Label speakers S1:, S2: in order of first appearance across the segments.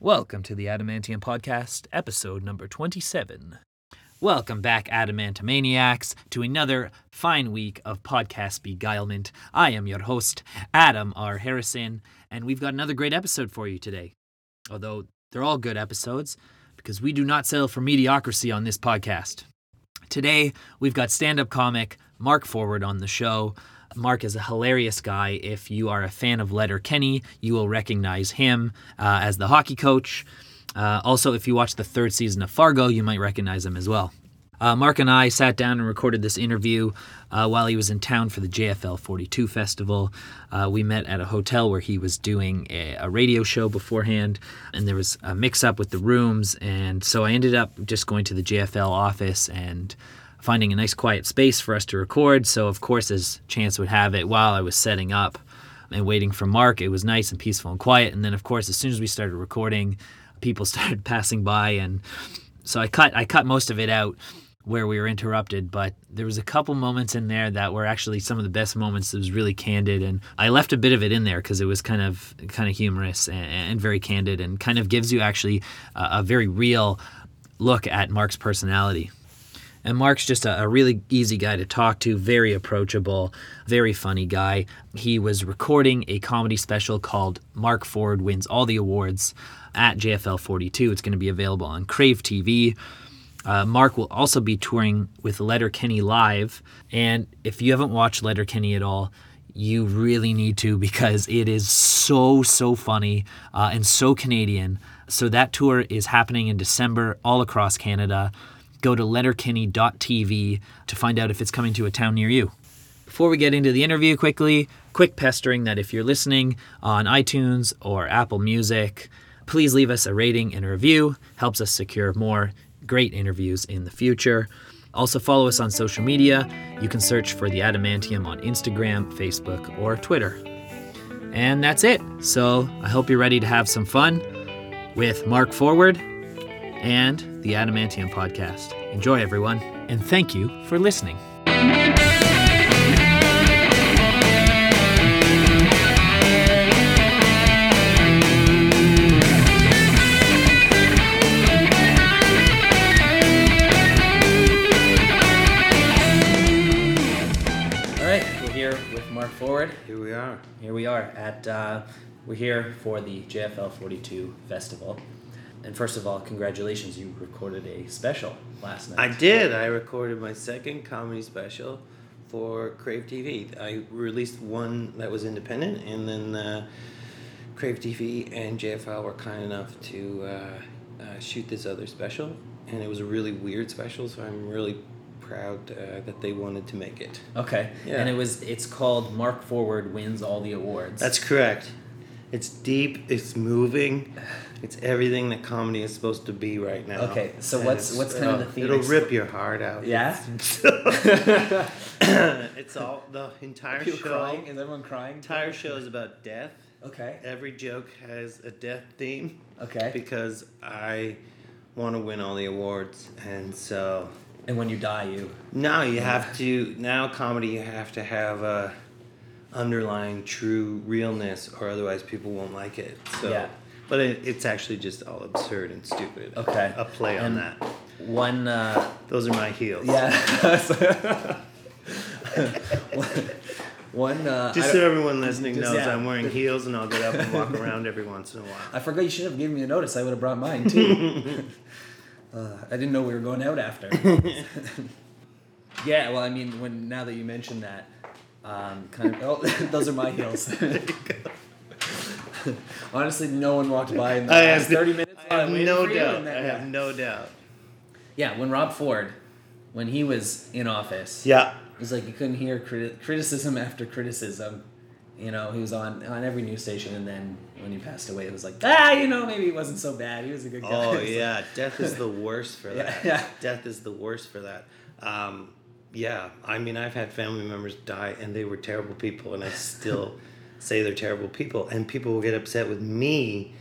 S1: Welcome to the Adamantium Podcast, episode number 27. Welcome back, Adamantomaniacs, to another fine week of podcast beguilement. I am your host, Adam R. Harrison, and we've got another great episode for you today. Although they're all good episodes, because we do not settle for mediocrity on this podcast. Today, we've got stand up comic Mark Forward on the show. Mark is a hilarious guy. If you are a fan of Letter Kenny, you will recognize him uh, as the hockey coach. Uh, also, if you watch the third season of Fargo, you might recognize him as well. Uh, Mark and I sat down and recorded this interview uh, while he was in town for the JFL 42 festival. Uh, we met at a hotel where he was doing a, a radio show beforehand, and there was a mix up with the rooms. And so I ended up just going to the JFL office and finding a nice quiet space for us to record. So, of course, as chance would have it, while I was setting up and waiting for Mark, it was nice and peaceful and quiet. And then, of course, as soon as we started recording, people started passing by and so I cut I cut most of it out where we were interrupted, but there was a couple moments in there that were actually some of the best moments. It was really candid, and I left a bit of it in there because it was kind of kind of humorous and, and very candid, and kind of gives you actually a, a very real look at Mark's personality. And Mark's just a, a really easy guy to talk to, very approachable, very funny guy. He was recording a comedy special called Mark Ford Wins All the Awards at JFL 42. It's going to be available on Crave TV. Uh, Mark will also be touring with Letterkenny Live. And if you haven't watched Letterkenny at all, you really need to because it is so, so funny uh, and so Canadian. So that tour is happening in December all across Canada. Go to letterkenny.tv to find out if it's coming to a town near you. Before we get into the interview quickly, quick pestering that if you're listening on iTunes or Apple Music, please leave us a rating and a review. Helps us secure more great interviews in the future. Also, follow us on social media. You can search for The Adamantium on Instagram, Facebook, or Twitter. And that's it. So I hope you're ready to have some fun with Mark Forward and The Adamantium Podcast. Enjoy, everyone, and thank you for listening. All right, we're here with Mark Forward.
S2: Here we are.
S1: Here we are at uh, we're here for the JFL 42 festival. And first of all, congratulations! You recorded a special last night.
S2: I did. I recorded my second comedy special for Crave TV. I released one that was independent, and then uh, Crave TV and JFL were kind enough to uh, uh, shoot this other special, and it was a really weird special. So I'm really proud uh, that they wanted to make it.
S1: Okay.
S2: Yeah.
S1: And it was it's called Mark Forward wins all the awards.
S2: That's correct. It's deep. It's moving. It's everything that comedy is supposed to be right now.
S1: Okay, so
S2: And
S1: what's-
S2: it's-
S1: what's kind of
S2: it'll-
S1: the theme?
S2: It'll rip your heart out.
S1: yeah.
S2: it's all the entire
S1: People
S2: show.
S1: crying? Is everyone crying?
S2: Entire show is about death.
S1: Okay.
S2: Every joke has a death theme
S1: Okay.
S2: because I want to win all the awards, and so
S1: And when you die, you.
S2: now you have to. Now comedy, you have to have a underlying true realness, or otherwise people won't like it. So,
S1: Yeah.
S2: but it, it's actually just all absurd and stupid.
S1: Okay.
S2: a play on
S1: And-
S2: that.
S1: One. Uh,
S2: Those are my heels.
S1: yeah. one. Uh, I
S2: Just
S1: don't-
S2: so everyone listening
S1: Just-
S2: knows,
S1: yeah.
S2: I'm wearing heels and I'll get up and walk around every once in a while.
S1: I forgot you should have given me a notice. I would have brought mine too. uh, I didn't know we were going out after. yeah, well, I mean, when now that you mention that, um, kind of. Oh, those are my heels. Honestly, no one walked by in the
S2: I
S1: last
S2: have-
S1: thirty minutes.
S2: I have
S1: I'm waiting
S2: no
S1: for you
S2: doubt.
S1: and then-
S2: I have no doubt.
S1: yeah, when Rob Ford, when he was in office,
S2: Yeah.
S1: It was like you couldn't hear criti- criticism after criticism. You know, he was on on every news station, and then when he passed away, it was like, ah, you know, maybe he wasn't so bad. He was a good guy.
S2: Oh
S1: It's like-
S2: yeah, death is the worst for
S1: Yeah,
S2: that.
S1: yeah.
S2: Death is the worst for that. Um, yeah, I mean, I've had family members die, and they were terrible people, and I still say they're terrible people, and people will get upset with me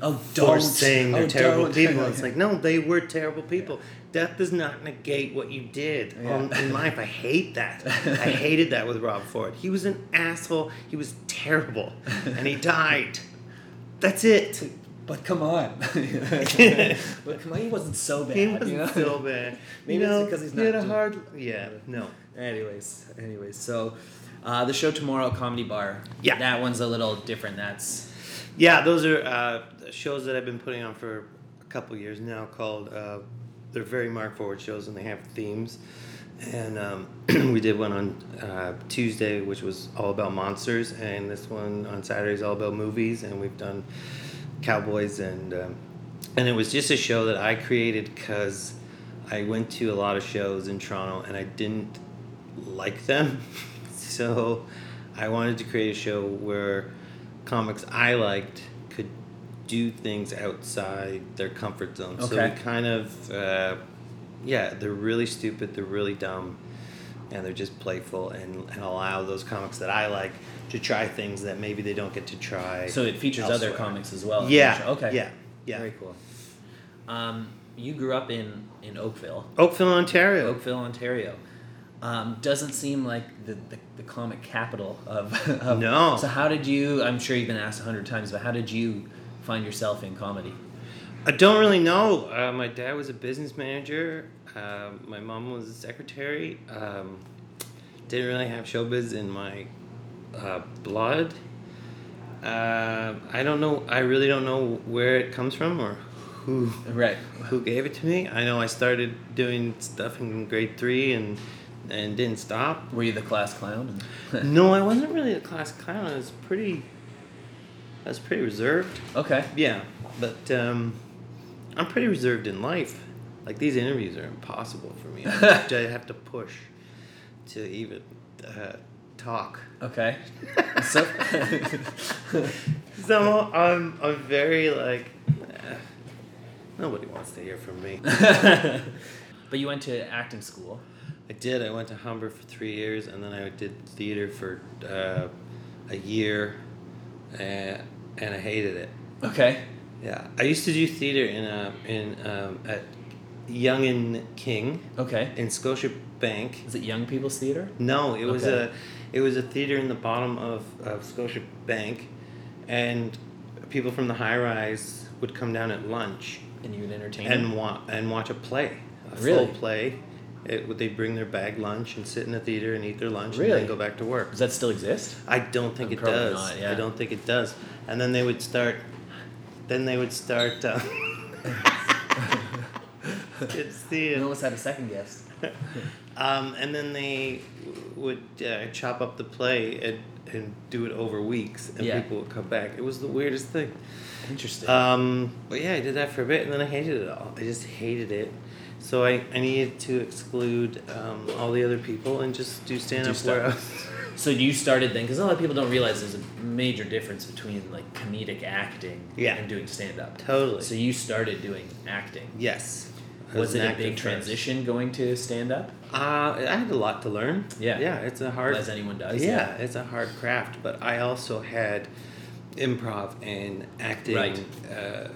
S1: oh,
S2: for
S1: don't
S2: saying they're
S1: Oh,
S2: terrible
S1: don't.
S2: people. It's like, no, they were terrible people. Death does not negate what you did
S1: Yeah.
S2: on, in life. I hate that. I hated that with Rob Ford. He was an asshole. He was terrible, and he died. That's it.
S1: but come on. but come on, he wasn't so bad.
S2: He wasn't
S1: you know?
S2: so bad.
S1: Maybe
S2: No,
S1: it's because he's
S2: he had
S1: not
S2: a
S1: doing-
S2: hard. Yeah, no.
S1: Anyways, anyways, so uh, the show tomorrow, Comedy Bar.
S2: Yeah.
S1: that one's a little different. That's
S2: Yeah, those are uh, shows that I've been putting on for a couple years now. Called uh, they're very Mark Forward shows, and they have themes. And um, we did one on uh, Tuesday, which was all about monsters, and this one on Saturday is all about movies. And we've done cowboys, and um, and it was just a show that I created because I went to a lot of shows in Toronto, and I didn't like them. So I wanted to create a show where comics I liked could do things outside their comfort zone. So
S1: Okay.
S2: we kind of, uh, yeah, they're really stupid, they're really dumb, and they're just playful and, and allow those comics that I like to try things that maybe they don't get to try.
S1: so it features other
S2: elsewhere.
S1: comics as well.
S2: Yeah.
S1: Okay.
S2: Yeah. Yeah.
S1: Very cool. Um, you grew up in in Oakville,
S2: Oakville, Ontario.
S1: Oakville, Ontario. Um, doesn't seem like the, the, the comic capital of, of
S2: No.
S1: So how did you? I'm sure you've been asked a hundred times, but how did you find yourself in comedy?
S2: I don't really know. Uh, my dad was a business manager. Um my mom was a secretary. Um, didn't really have showbiz in my uh, blood. Uh, I don't know. I really don't know where it comes from or who
S1: Right.
S2: who gave it to me. I know I started doing stuff in grade three and and didn't stop.
S1: Were you the class clown?
S2: No, I wasn't really a class clown. I was pretty. I was pretty reserved.
S1: okay.
S2: Yeah, but um, I'm pretty reserved in life. Like these interviews are impossible for me. I have to- I have to push to even uh, talk.
S1: Okay. So,
S2: So I'm I'm very like eh, nobody wants to hear from me.
S1: but you went to acting school.
S2: I did. I went to Humber for three years, and then I did theater for uh, a year, and, and I hated it.
S1: Okay.
S2: Yeah, I used to do theater in uh, in um, at Young and King.
S1: Okay.
S2: in Scotia Bank.
S1: Is it young people's theater?
S2: No, it was
S1: Okay.
S2: a it was a theater in the bottom of, of Scotia Bank, and people from the high rise would come down at lunch
S1: And you would entertain.
S2: and wa- and watch a play, a
S1: Mm-hmm. Really?
S2: full play. It would they bring their bag lunch and sit in the theater and eat their lunch and
S1: Really?
S2: then go back to work.
S1: Does that still exist?
S2: I don't think
S1: Um,
S2: it
S1: probably
S2: does.
S1: not, yeah.
S2: I don't think it does. And then they would start. Then they would start. Uh, kids see it.
S1: You almost had a second guest.
S2: Um, and then they w- would uh, chop up the play and, and do it over weeks, and
S1: Yeah.
S2: people would come back. It was the weirdest thing.
S1: Interesting.
S2: Um, but yeah, I did that for a bit, and then I hated it all. I just hated it. So I, I needed to exclude um, all the other people and just do stand up
S1: Do
S2: where
S1: stand-
S2: else.
S1: so you started then, because a lot of people don't realize there's a major difference between like comedic acting
S2: Yeah.
S1: and doing stand up.
S2: Totally.
S1: So you started doing acting.
S2: yes. I
S1: Was
S2: an
S1: it a
S2: actor
S1: big
S2: first.
S1: transition going to stand up?
S2: Uh, I had a lot to learn.
S1: Yeah.
S2: Yeah, it's a hard.
S1: As anyone does.
S2: yeah, it's a hard craft, but I also had improv and acting
S1: Right.
S2: uh,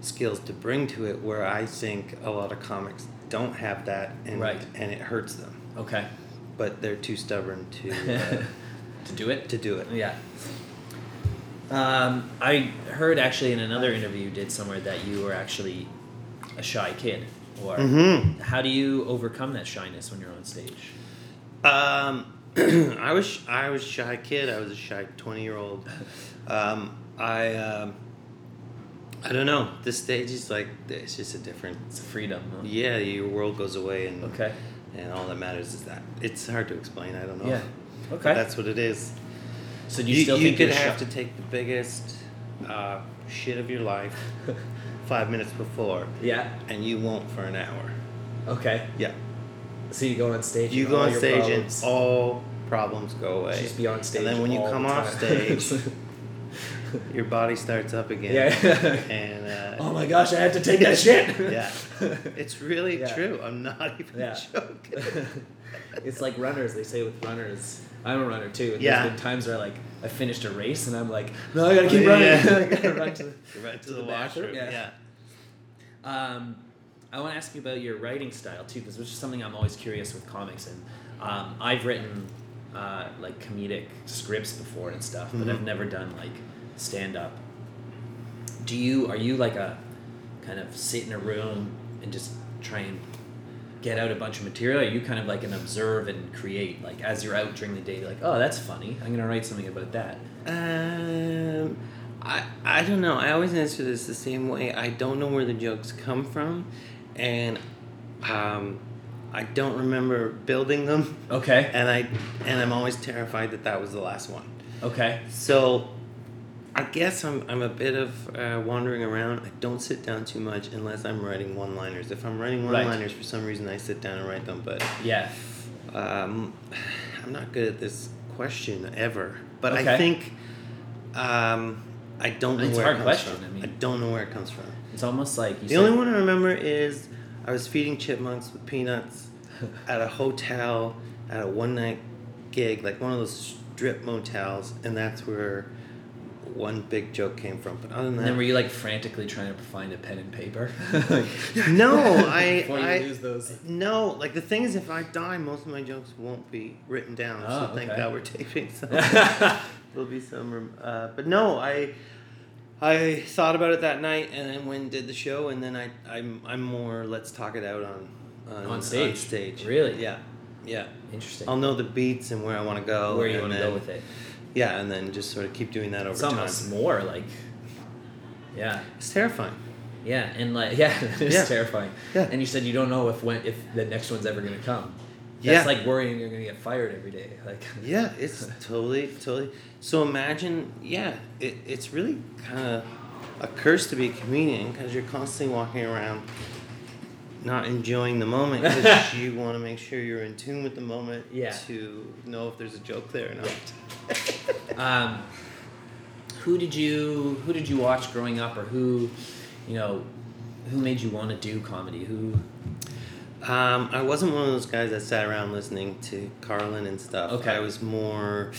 S2: skills to bring to it where I think a lot of comics don't have that and
S1: Right.
S2: and it hurts them.
S1: Okay.
S2: But they're too stubborn to uh,
S1: to do it?
S2: to do it.
S1: Yeah. Um, I heard actually in another interview you did somewhere that you were actually a shy kid. Or
S2: Mhm.
S1: how do you overcome that shyness when you're on stage?
S2: Um, I was I was a shy kid. I was a shy twenty year old. Um, I um, I don't know. This stage is like it's just a different.
S1: It's a freedom. huh?
S2: Yeah, your world goes away and
S1: Okay.
S2: and all that matters is that it's hard to explain. I don't know.
S1: Yeah.
S2: But
S1: Okay.
S2: that's what it is.
S1: so do you, still think
S2: could
S1: you're
S2: have
S1: shy?
S2: to take the biggest uh, shit of your life five minutes before,
S1: Yeah.
S2: and you won't for an hour.
S1: Okay.
S2: Yeah.
S1: So you go on stage.
S2: You
S1: and
S2: go
S1: all
S2: on
S1: your
S2: stage
S1: problems-
S2: and all problems go away.
S1: Just be on stage.
S2: And then when you
S1: all the
S2: come off
S1: time.
S2: stage, your body starts up again.
S1: yeah.
S2: And uh,
S1: oh my gosh! I had to take that shit.
S2: yeah, it's really
S1: Yeah.
S2: true. I'm not even
S1: Yeah.
S2: joking.
S1: it's like runners. They say with runners, I'm a runner too. And
S2: Yeah.
S1: There's been times where like I finished a race and I'm like, no, I gotta keep running. I gotta run to the-
S2: right to,
S1: to
S2: the,
S1: the bathroom,
S2: washroom.
S1: yeah.
S2: yeah.
S1: Um, I want to ask you about your writing style too, because which is something I'm always curious with comics. And um, I've written uh, like
S2: Mm-hmm.
S1: comedic scripts before and stuff, but I've never done like stand up. do you are you like a kind of sit in a room and just try and get out a bunch of material? Are you kind of like an observe and create? Like as you're out during the day, you're like, oh, that's funny. I'm gonna write something about that.
S2: Um, I I don't know. I always answer this the same way. I don't know where the jokes come from, and um, I don't remember building them.
S1: Okay.
S2: And I and I'm always terrified that that was the last one.
S1: Okay.
S2: So, I guess I'm I'm a bit of uh, wandering around. I don't sit down too much unless I'm writing one liners. If I'm writing one liners for some reason, I sit down and write them. But
S1: Yeah.
S2: um, I'm not good at this question ever, but
S1: Okay.
S2: I think um, I don't know
S1: It's a
S2: where
S1: hard
S2: it comes
S1: question,
S2: from.
S1: I mean.
S2: don't know where it comes from.
S1: It's almost like you
S2: The only one I remember is I was feeding chipmunks with peanuts at a hotel at a one night gig, like one of those strip motels, and that's where one big joke came from. But other than
S1: And then were
S2: that,
S1: you like frantically trying to find a pen and paper?
S2: no, I,
S1: Before you
S2: I
S1: lose those.
S2: No, like the thing is, if I die, most of my jokes won't be written down.
S1: Oh,
S2: so thank
S1: okay.
S2: God we're taping some. There'll be some room. Uh, but no, I I thought about it that night and then went and did the show, and then I I'm I'm more let's talk it out on on,
S1: On stage.
S2: stage.
S1: Really?
S2: Yeah. Yeah.
S1: Interesting.
S2: I'll know the beats and where I want to go.
S1: Where you
S2: and
S1: want to
S2: then-
S1: go with it?
S2: Yeah, and then just sort of keep doing that over
S1: It's almost
S2: time.
S1: more like. Yeah.
S2: It's terrifying.
S1: Yeah, and like yeah, it's
S2: Yeah.
S1: terrifying.
S2: Yeah.
S1: And you said you don't know if when if the next one's ever gonna come.
S2: Yeah.
S1: That's like worrying you're gonna get fired every day. Like
S2: Yeah, it's totally, totally. So imagine, yeah, it, it's really kind of a curse to be a comedian because you're constantly walking around not enjoying the moment because you want to make sure you're in tune with the moment
S1: Yeah.
S2: to know if there's a joke there or not.
S1: Um, who did you who did you watch growing up, or who, you know, who made you want to do comedy? Who?
S2: Um, I wasn't one of those guys that sat around listening to Carlin and stuff.
S1: Okay.
S2: I was more.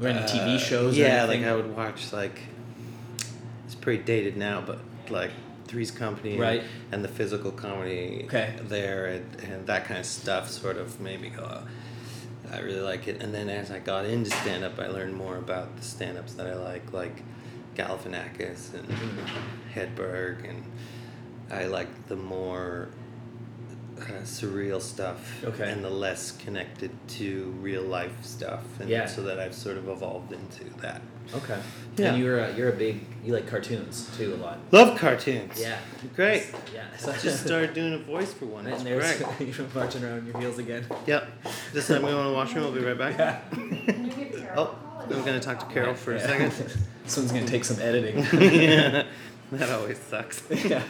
S1: Were any TV shows or
S2: Uh, Yeah,
S1: anything?
S2: like I would watch like. It's pretty dated now, but like Three's Company,
S1: Right.
S2: And, the physical comedy.
S1: Okay.
S2: There and, and that kind of stuff sort of made me go. "Oh, I really like it, and then as I got into stand up, I learned more about the stand ups that I like, like Galifianakis and
S1: Mm-hmm.
S2: Hedberg, and I like the more uh, surreal stuff
S1: Okay.
S2: and the less connected to real life stuff and
S1: Yeah.
S2: so that I've sort of evolved into that.
S1: Okay.
S2: Yeah.
S1: uh, And you're a, you're a big you like cartoons too a lot.
S2: Love cartoons.
S1: Yeah.
S2: Great.
S1: Yeah.
S2: Just started doing a voice for one. That's
S1: And there's
S2: great.
S1: you're marching around on your heels again.
S2: Yep. Just let me go in the washroom. I'll be right back. Oh,
S3: Oh,
S2: I'm going to talk to Carol for a second.
S1: this one's gonna take some editing.
S2: yeah. That always sucks.
S1: yeah.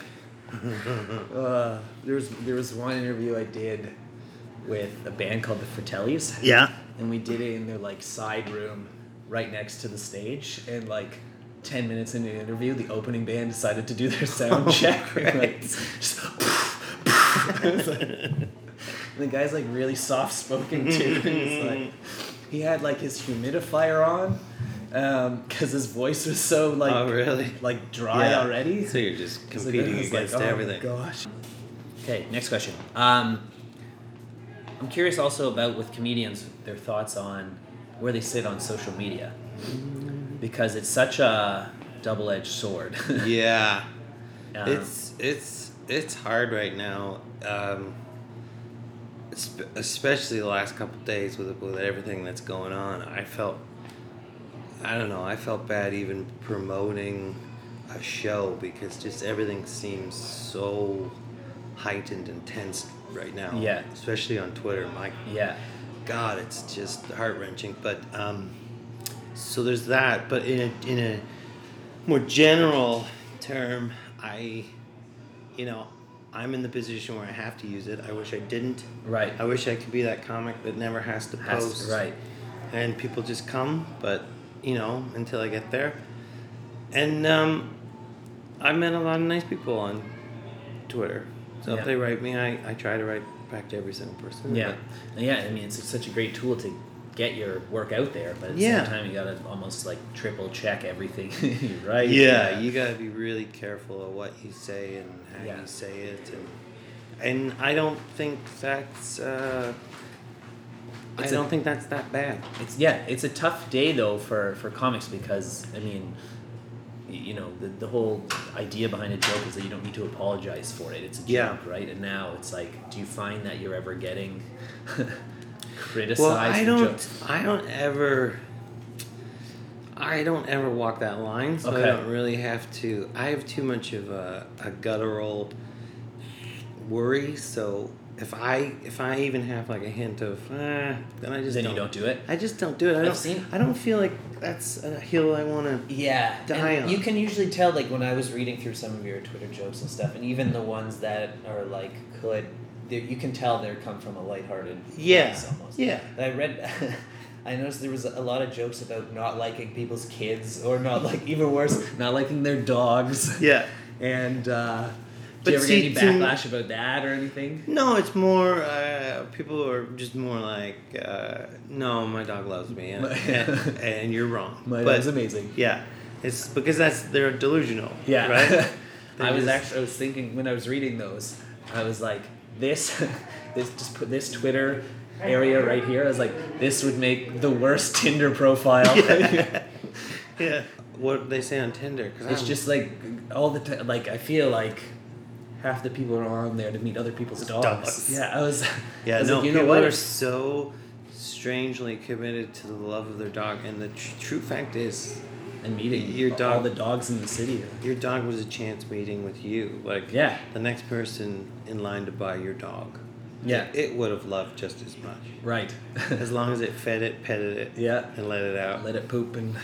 S1: uh, there was there was one interview I did with a band called the Fratellis,
S2: Yeah.
S1: and we did it in their like side room, right next to the stage, and like. 10 minutes into the interview, the opening band decided to do their sound
S2: Oh,
S1: check. and, like,
S2: great.
S1: just It was like- and the guy's like really soft spoken too. and it's like, he had like his humidifier on because his voice was so like
S2: oh, really?
S1: like dry
S2: Yeah.
S1: already.
S2: So you're just
S1: It's like,
S2: competing
S1: I was like,
S2: against
S1: "Oh my
S2: everything.
S1: gosh. Okay, next question. Um, I'm curious also about with comedians their thoughts on where they sit on social media because it's such a double-edged sword.
S2: Yeah.
S1: Um,
S2: it's it's it's hard right now um esp- especially the last couple of days with with everything that's going on i felt i don't know i felt bad even promoting a show because just everything seems so heightened and tense right now
S1: Yeah.
S2: especially on twitter my
S1: yeah,
S2: God, it's just heart wrenching. But um, so there's that. But in a, in a more general term, I, you know, I'm in the position where I have to use it. I wish I didn't.
S1: right.
S2: I wish I could be that comic that never has to
S1: Has-
S2: post.
S1: right.
S2: And people just come, but you know, until I get there. And um, I met a lot of nice people on Twitter. So
S1: Yeah.
S2: if they write me, I, I try to write back to every single person.
S1: Yeah,
S2: but-
S1: yeah. I mean, it's such a great tool to get your work out there, but at the
S2: Yeah.
S1: same time, you gotta almost like triple check everything you write.
S2: Yeah, you gotta be really careful of what you say and how
S1: Yeah.
S2: you say it, and and I don't think that's uh, I
S1: It's a-
S2: don't think that's that bad.
S1: It's yeah, it's a tough day though for for comics because I mean, y- you know the, the whole idea behind a joke is that you don't need to apologize for it it's a joke
S2: Yeah.
S1: right and now it's like do you find that you're ever getting criticized
S2: Well, I
S1: for
S2: don't.
S1: jokes
S2: I don't ever. I don't ever walk that line, so
S1: Okay.
S2: I don't really have to. I have too much of a, a guttural worry, so if I if I even have like a hint of, eh, then I just
S1: then
S2: don't,
S1: you don't do it
S2: I just don't do it. I
S1: I've
S2: don't.
S1: seen-
S2: I don't feel like that's a hill I want to.
S1: Yeah, and
S2: Die on.
S1: you can usually tell like when I was reading through some of your Twitter jokes and stuff, and even the ones that are like could, they- you can tell they come from a lighthearted
S2: Yeah,
S1: place almost.
S2: yeah.
S1: I read. I noticed there was a lot of jokes about not liking people's kids, or not like even worse, not liking their dogs.
S2: Yeah.
S1: And uh,
S2: But
S1: do you ever
S2: see,
S1: get
S2: to-
S1: any backlash about that or anything?
S2: No, it's more uh, people are just more like, uh, no, my dog loves me, and, and, and you're wrong.
S1: My
S2: But-
S1: that was amazing.
S2: Yeah, it's because that's they're delusional.
S1: Yeah.
S2: right. They
S1: I was
S2: just-
S1: actually I was thinking when I was reading those, I was like, this, this just put this Twitter area right here. I was like, this would make the worst Tinder profile.
S2: yeah, what they say on Tinder. Cause
S1: it's
S2: I'm-
S1: just like all the time. Like I feel like half the people are on there to meet other people's dogs.
S2: Dogs.
S1: Yeah, I was. I
S2: yeah,
S1: was
S2: no,
S1: like, you know
S2: people
S1: what?
S2: are so strangely committed to the love of their dog, and the tr- true fact is,
S1: and meeting
S2: your
S1: all
S2: dog-
S1: the dogs in the city.
S2: your dog was a chance meeting with you. Like
S1: Yeah.
S2: the next person in line to buy your dog,
S1: Yeah.
S2: it would have loved just as much,
S1: right.
S2: as long as it fed it, petted it,
S1: Yeah.
S2: and let it out.
S1: Let it poop and.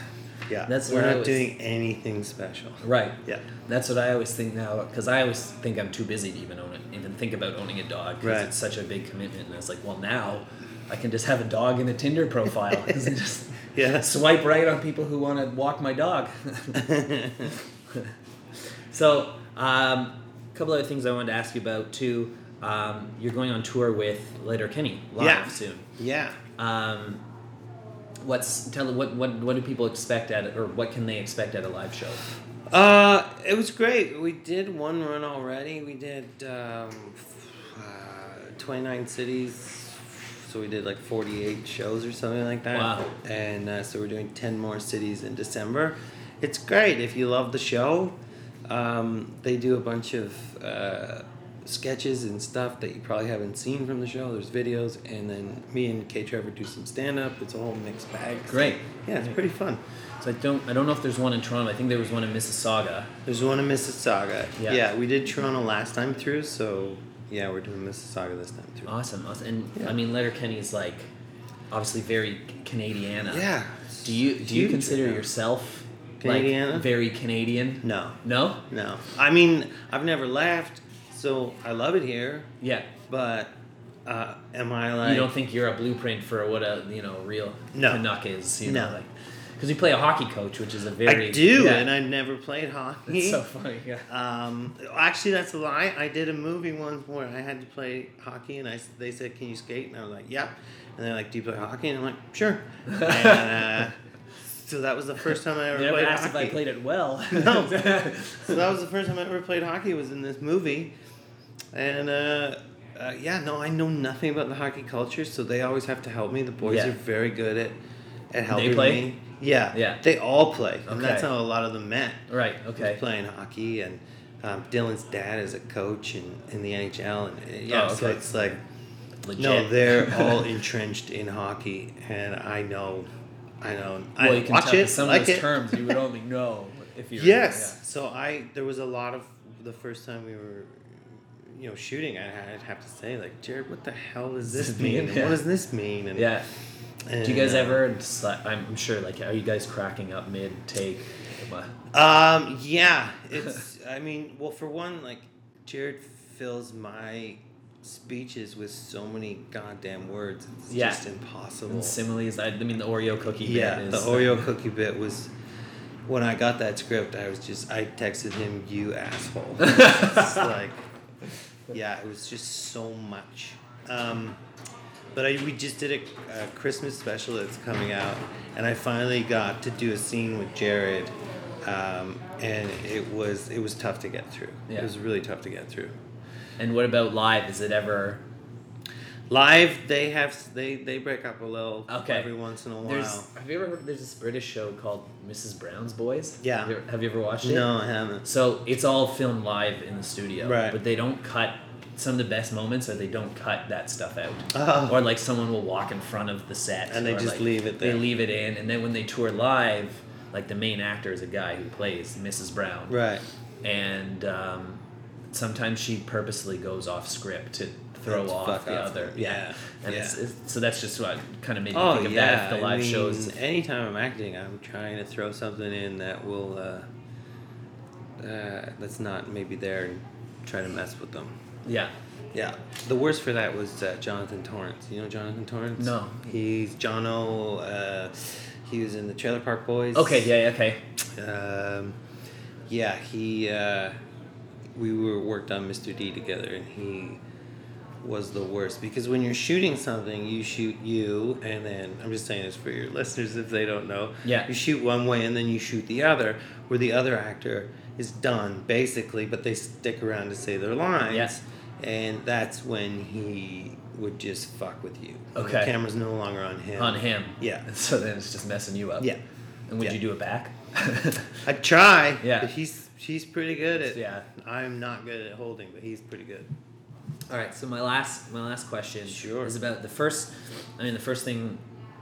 S2: yeah,
S1: that's
S2: we're
S1: what I
S2: not
S1: was-
S2: doing anything special.
S1: Right.
S2: Yeah.
S1: That's what I always think now, because I always think I'm too busy to even own it, even think about owning a dog, because
S2: Right.
S1: it's such a big commitment. And I was like, well, now I can just have a dog in a Tinder profile, 'cause I just
S2: Yeah, that's
S1: swipe right on people who want to walk my dog. so, a um, couple other things I wanted to ask you about too. Um, you're going on tour with Letterkenny live
S2: Yeah.
S1: soon.
S2: yeah.
S1: Um, what's tell what what what do people expect at or what can they expect at a live show?
S2: Uh, it was great. We did one run already. We did um, uh, 29 cities. So we did like 48 shows or something like that.
S1: Wow.
S2: And uh, so we're doing 10 more cities in December. It's great. If you love the show, um, they do a bunch of uh, sketches and stuff that you probably haven't seen from the show. There's videos. And then me and Kay Trevor do some stand up. It's a whole mixed bag.
S1: Great.
S2: Yeah, it's pretty fun.
S1: So I don't I don't know if there's one in Toronto. I think there was one in Mississauga.
S2: There's one in Mississauga.
S1: Yeah.
S2: Yeah. we did Toronto last time through, so yeah, we're doing Mississauga this time through.
S1: Awesome, awesome. And
S2: Yeah.
S1: I mean, Letterkenny is like obviously very Canadiana.
S2: yeah.
S1: Do you do you
S2: Huge
S1: consider
S2: right now.
S1: yourself
S2: Canadiana?
S1: like very Canadian?
S2: No,
S1: No.
S2: no. I mean, I've never left, so I love it here.
S1: Yeah.
S2: But uh, am I like?
S1: you don't think you're a blueprint for what a you know real
S2: No.
S1: Canuck is? You know,
S2: No.
S1: like because you play a hockey coach, which is a very
S2: I do,
S1: yeah.
S2: and I've never played hockey.
S1: It's so funny. Yeah.
S2: Um, actually, that's a lie. I did a movie once where I had to play hockey, and I s- they said, "Can you skate?" And I was like, "Yep." And they're like, "Do you play hockey?" And I'm like, "Sure." And, uh, so that was the first time I ever
S1: Never
S2: played
S1: asked
S2: hockey.
S1: if I played it well.
S2: No. so that was the first time I ever played hockey was in this movie, and uh, uh, yeah, no, I know nothing about the hockey culture, so they always have to help me. The boys
S1: Yeah.
S2: are very good at at helping
S1: play?
S2: me. Yeah,
S1: Yeah.
S2: they all play, and that's
S1: Okay.
S2: how a lot of them met
S1: right.
S2: was
S1: Okay.
S2: playing hockey, and um, Dylan's dad is a coach in, in the NHL, and uh, yeah,
S1: Oh,
S2: so
S1: okay.
S2: it's like
S1: Legit.
S2: no, they're all entrenched in hockey, and I know, I know,
S1: well,
S2: I
S1: you can
S2: watch
S1: tell
S2: it,
S1: that some
S2: like
S1: of those
S2: it.
S1: terms you would only know if you.
S2: yes, so I there was a lot of the first time we were. You know, shooting. I had- I'd have to say, like Jared, what the hell does this
S1: Does it mean?
S2: mean? And
S1: Yeah.
S2: What does this mean? And,
S1: Yeah.
S2: and,
S1: Do you guys
S2: uh,
S1: ever? just like- I'm sure. Like, are you guys cracking up mid take?
S2: Um, yeah, it's. I mean, well, for one, like Jared fills my speeches with so many goddamn words. It's
S1: Yeah.
S2: just impossible.
S1: And similes. I, I mean, the Oreo cookie.
S2: yeah,
S1: bit is, um,
S2: the Oreo cookie bit was. When I got that script, I was just I texted him, "You asshole." it's like, yeah, it was just so much. Um, but I, we just did a, a Christmas special that's coming out, and I finally got to do a scene with Jared, um, and it was it was tough to get through.
S1: Yeah.
S2: It was really tough to get through.
S1: And what about live? Is it ever?
S2: Live, they have they they break up a little
S1: Okay.
S2: every once in a while.
S1: There's, have you ever heard? There's this British show called Mrs. Brown's Boys.
S2: Yeah.
S1: Have you ever, have you ever watched it?
S2: no, I haven't.
S1: So it's all filmed live in the studio.
S2: Right.
S1: But they don't cut some of the best moments, or they don't cut that stuff out.
S2: Oh.
S1: Or like someone will walk in front of the set,
S2: And they
S1: or,
S2: just
S1: like,
S2: leave it there.
S1: They leave it in, and then when they tour live, like the main actor is a guy who plays Mrs. Brown.
S2: Right.
S1: And um, sometimes she purposely goes off script to throw
S2: Let's
S1: off
S2: fuck
S1: the
S2: off.
S1: other.
S2: Yeah,
S1: And
S2: yeah.
S1: It's, it's, so that's just what kind of made me
S2: Oh
S1: think of
S2: yeah.
S1: that. If the live
S2: I mean,
S1: shows
S2: Anytime I'm acting, I'm trying to throw something in that will. Uh, uh, that's not maybe there and try to mess with them.
S1: Yeah.
S2: Yeah. The worst for that was uh, Jonathan Torrance. You know Jonathan Torrance?
S1: No.
S2: He's Jono. Uh, he was in the Trailer Park Boys.
S1: Okay. Yeah. Okay.
S2: Um, yeah, he. Uh, we were worked on Mr. D together, and he was the worst because when you're shooting something, you shoot you, and then I'm just saying this for your listeners if they don't know.
S1: Yeah.
S2: You shoot one way, and then you shoot the other, where the other actor is done basically, but they stick around to say their lines.
S1: Yeah.
S2: And that's when he would just fuck with you.
S1: Okay.
S2: The camera's no longer on him.
S1: On him.
S2: Yeah.
S1: So then it's just messing you up.
S2: Yeah.
S1: And would
S2: Yeah.
S1: you do it back?
S2: I try.
S1: Yeah.
S2: But he's she's pretty good at.
S1: Yeah.
S2: I'm not good at holding, but he's pretty good.
S1: All right. So my last my last question
S2: Sure.
S1: is about the first. I mean, the first thing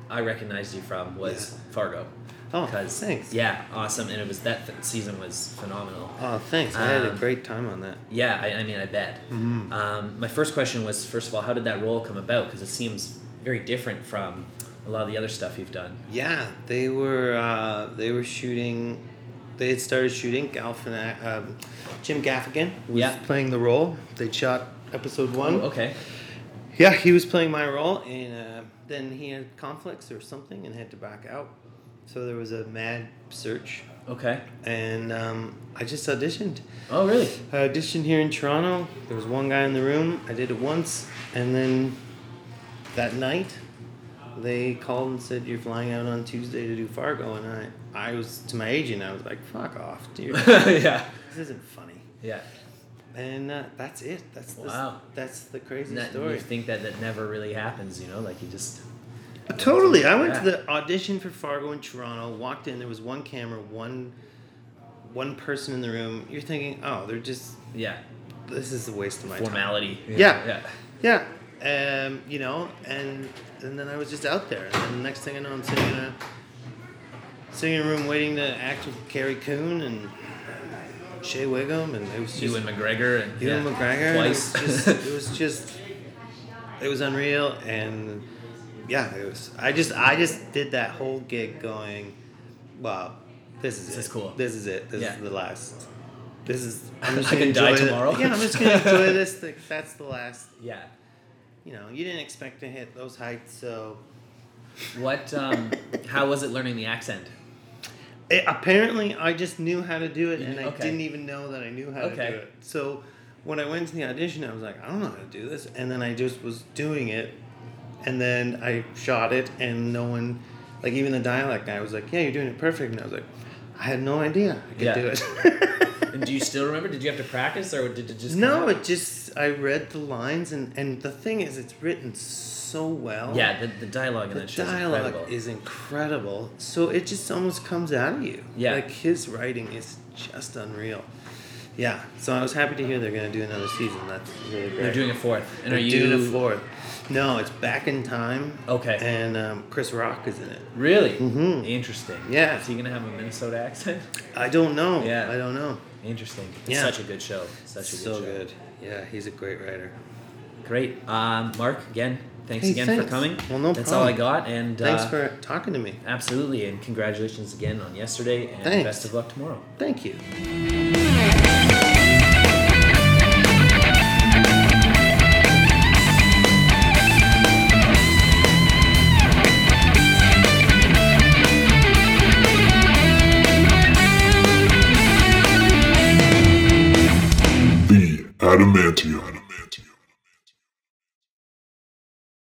S1: I recognized you from was
S2: Yeah.
S1: Fargo.
S2: Oh,
S1: 'Cause-
S2: thanks.
S1: Yeah, awesome, and it was that th- season was phenomenal.
S2: Oh, thanks. I had a
S1: Um,
S2: great time on that.
S1: Yeah, I, I mean, I bet.
S2: Mm-hmm.
S1: Um, my first question was, first of all, how did that role come about? Because it seems very different from a lot of the other stuff you've done.
S2: Yeah, they were uh, they were shooting. They had started shooting. Galfin, um, Jim Gaffigan was
S1: Yeah.
S2: playing the role. They shot episode one.
S1: Oh, okay.
S2: Yeah, he was playing my role, and uh, then he had conflicts or something and had to back out. So there was a mad search,
S1: Okay.
S2: and um, I just auditioned.
S1: Oh, really?
S2: I auditioned Uh, here in Toronto. There was one guy in the room. I did it once, and then that night, they called and said you're flying out on Tuesday to do Fargo, and I, I was to my agent. I was like, "Fuck off, dude. this
S1: yeah.
S2: isn't funny."
S1: Yeah.
S2: And uh, that's it. That's the,
S1: Wow.
S2: That's the crazy
S1: That,
S2: story.
S1: you think that that never really happens, you know? Like you just
S2: Uh, Totally. I went to
S1: Yeah.
S2: the audition for Fargo in Toronto, walked in, there was one camera, one one person in the room. You're thinking, oh, they're just
S1: yeah
S2: this is a waste of my time.
S1: formality.
S2: Yeah.
S1: Yeah.
S2: Yeah. Um, you know, and and then I was just out there. And then the next thing I know I'm sitting in a sitting in a room waiting to act with Carrie Coon and Shea Wiggum and it was just
S1: Ewan McGregor and
S2: Ewan
S1: yeah,
S2: McGregor. and
S1: twice.
S2: It was, just, it was just, it was unreal, and yeah, it was. I just, I just did that whole gig going, wow, this is
S1: This
S2: it.
S1: is cool.
S2: This is it. This
S1: Yeah.
S2: is the last. This is. I'm just
S1: I
S2: gonna
S1: can die
S2: enjoy the-
S1: tomorrow.
S2: yeah, I'm just gonna enjoy this. Thing. That's the last.
S1: yeah.
S2: You know, you didn't expect to hit those heights, so
S1: What? Um, how was it learning the accent?
S2: It, Eh, apparently, I just knew how to do it, and I
S1: Mm-hmm, Okay.
S2: didn't even know that I knew how
S1: Okay.
S2: to do it. So when I went to the audition, I was like, I don't know how to do this, and then I just was doing it, and then I shot it, and no one, like even the dialect guy, was like, Yeah, you're doing it perfect, and I was like, I had no idea I could
S1: Yeah.
S2: do it.
S1: And do you still remember? Did you have to practice, or did it just? come
S2: no,
S1: out?
S2: it just I read the lines, and and the thing is, it's written so well.
S1: Yeah, the, the dialogue in
S2: The
S1: that show is
S2: dialogue
S1: incredible.
S2: is incredible. So it just almost comes out of you.
S1: Yeah.
S2: Like his writing is just unreal. Yeah. So I was happy to hear they're going to do another season. That's really great.
S1: They're doing a fourth, and
S2: They're
S1: are you
S2: doing a fourth. No, it's Back in Time.
S1: Okay.
S2: And um, Chris Rock is in it.
S1: Really?
S2: Mhm.
S1: Interesting.
S2: Yeah.
S1: Is he gonna have a Minnesota accent?
S2: I don't know.
S1: Yeah.
S2: I don't know.
S1: Interesting. It's
S2: Yeah.
S1: Such a good show. Such a good
S2: so
S1: show.
S2: good. Yeah, he's a great writer.
S1: Great. Um, Mark, again, thanks
S2: Hey,
S1: again
S2: thanks.
S1: for coming.
S2: Well, no
S1: That's all
S2: problem.
S1: I got, and
S2: Thanks
S1: uh,
S2: for talking to me.
S1: absolutely, and congratulations again on yesterday, and
S2: Thanks.
S1: best of luck tomorrow.
S2: Thank you.
S4: The Adamantium.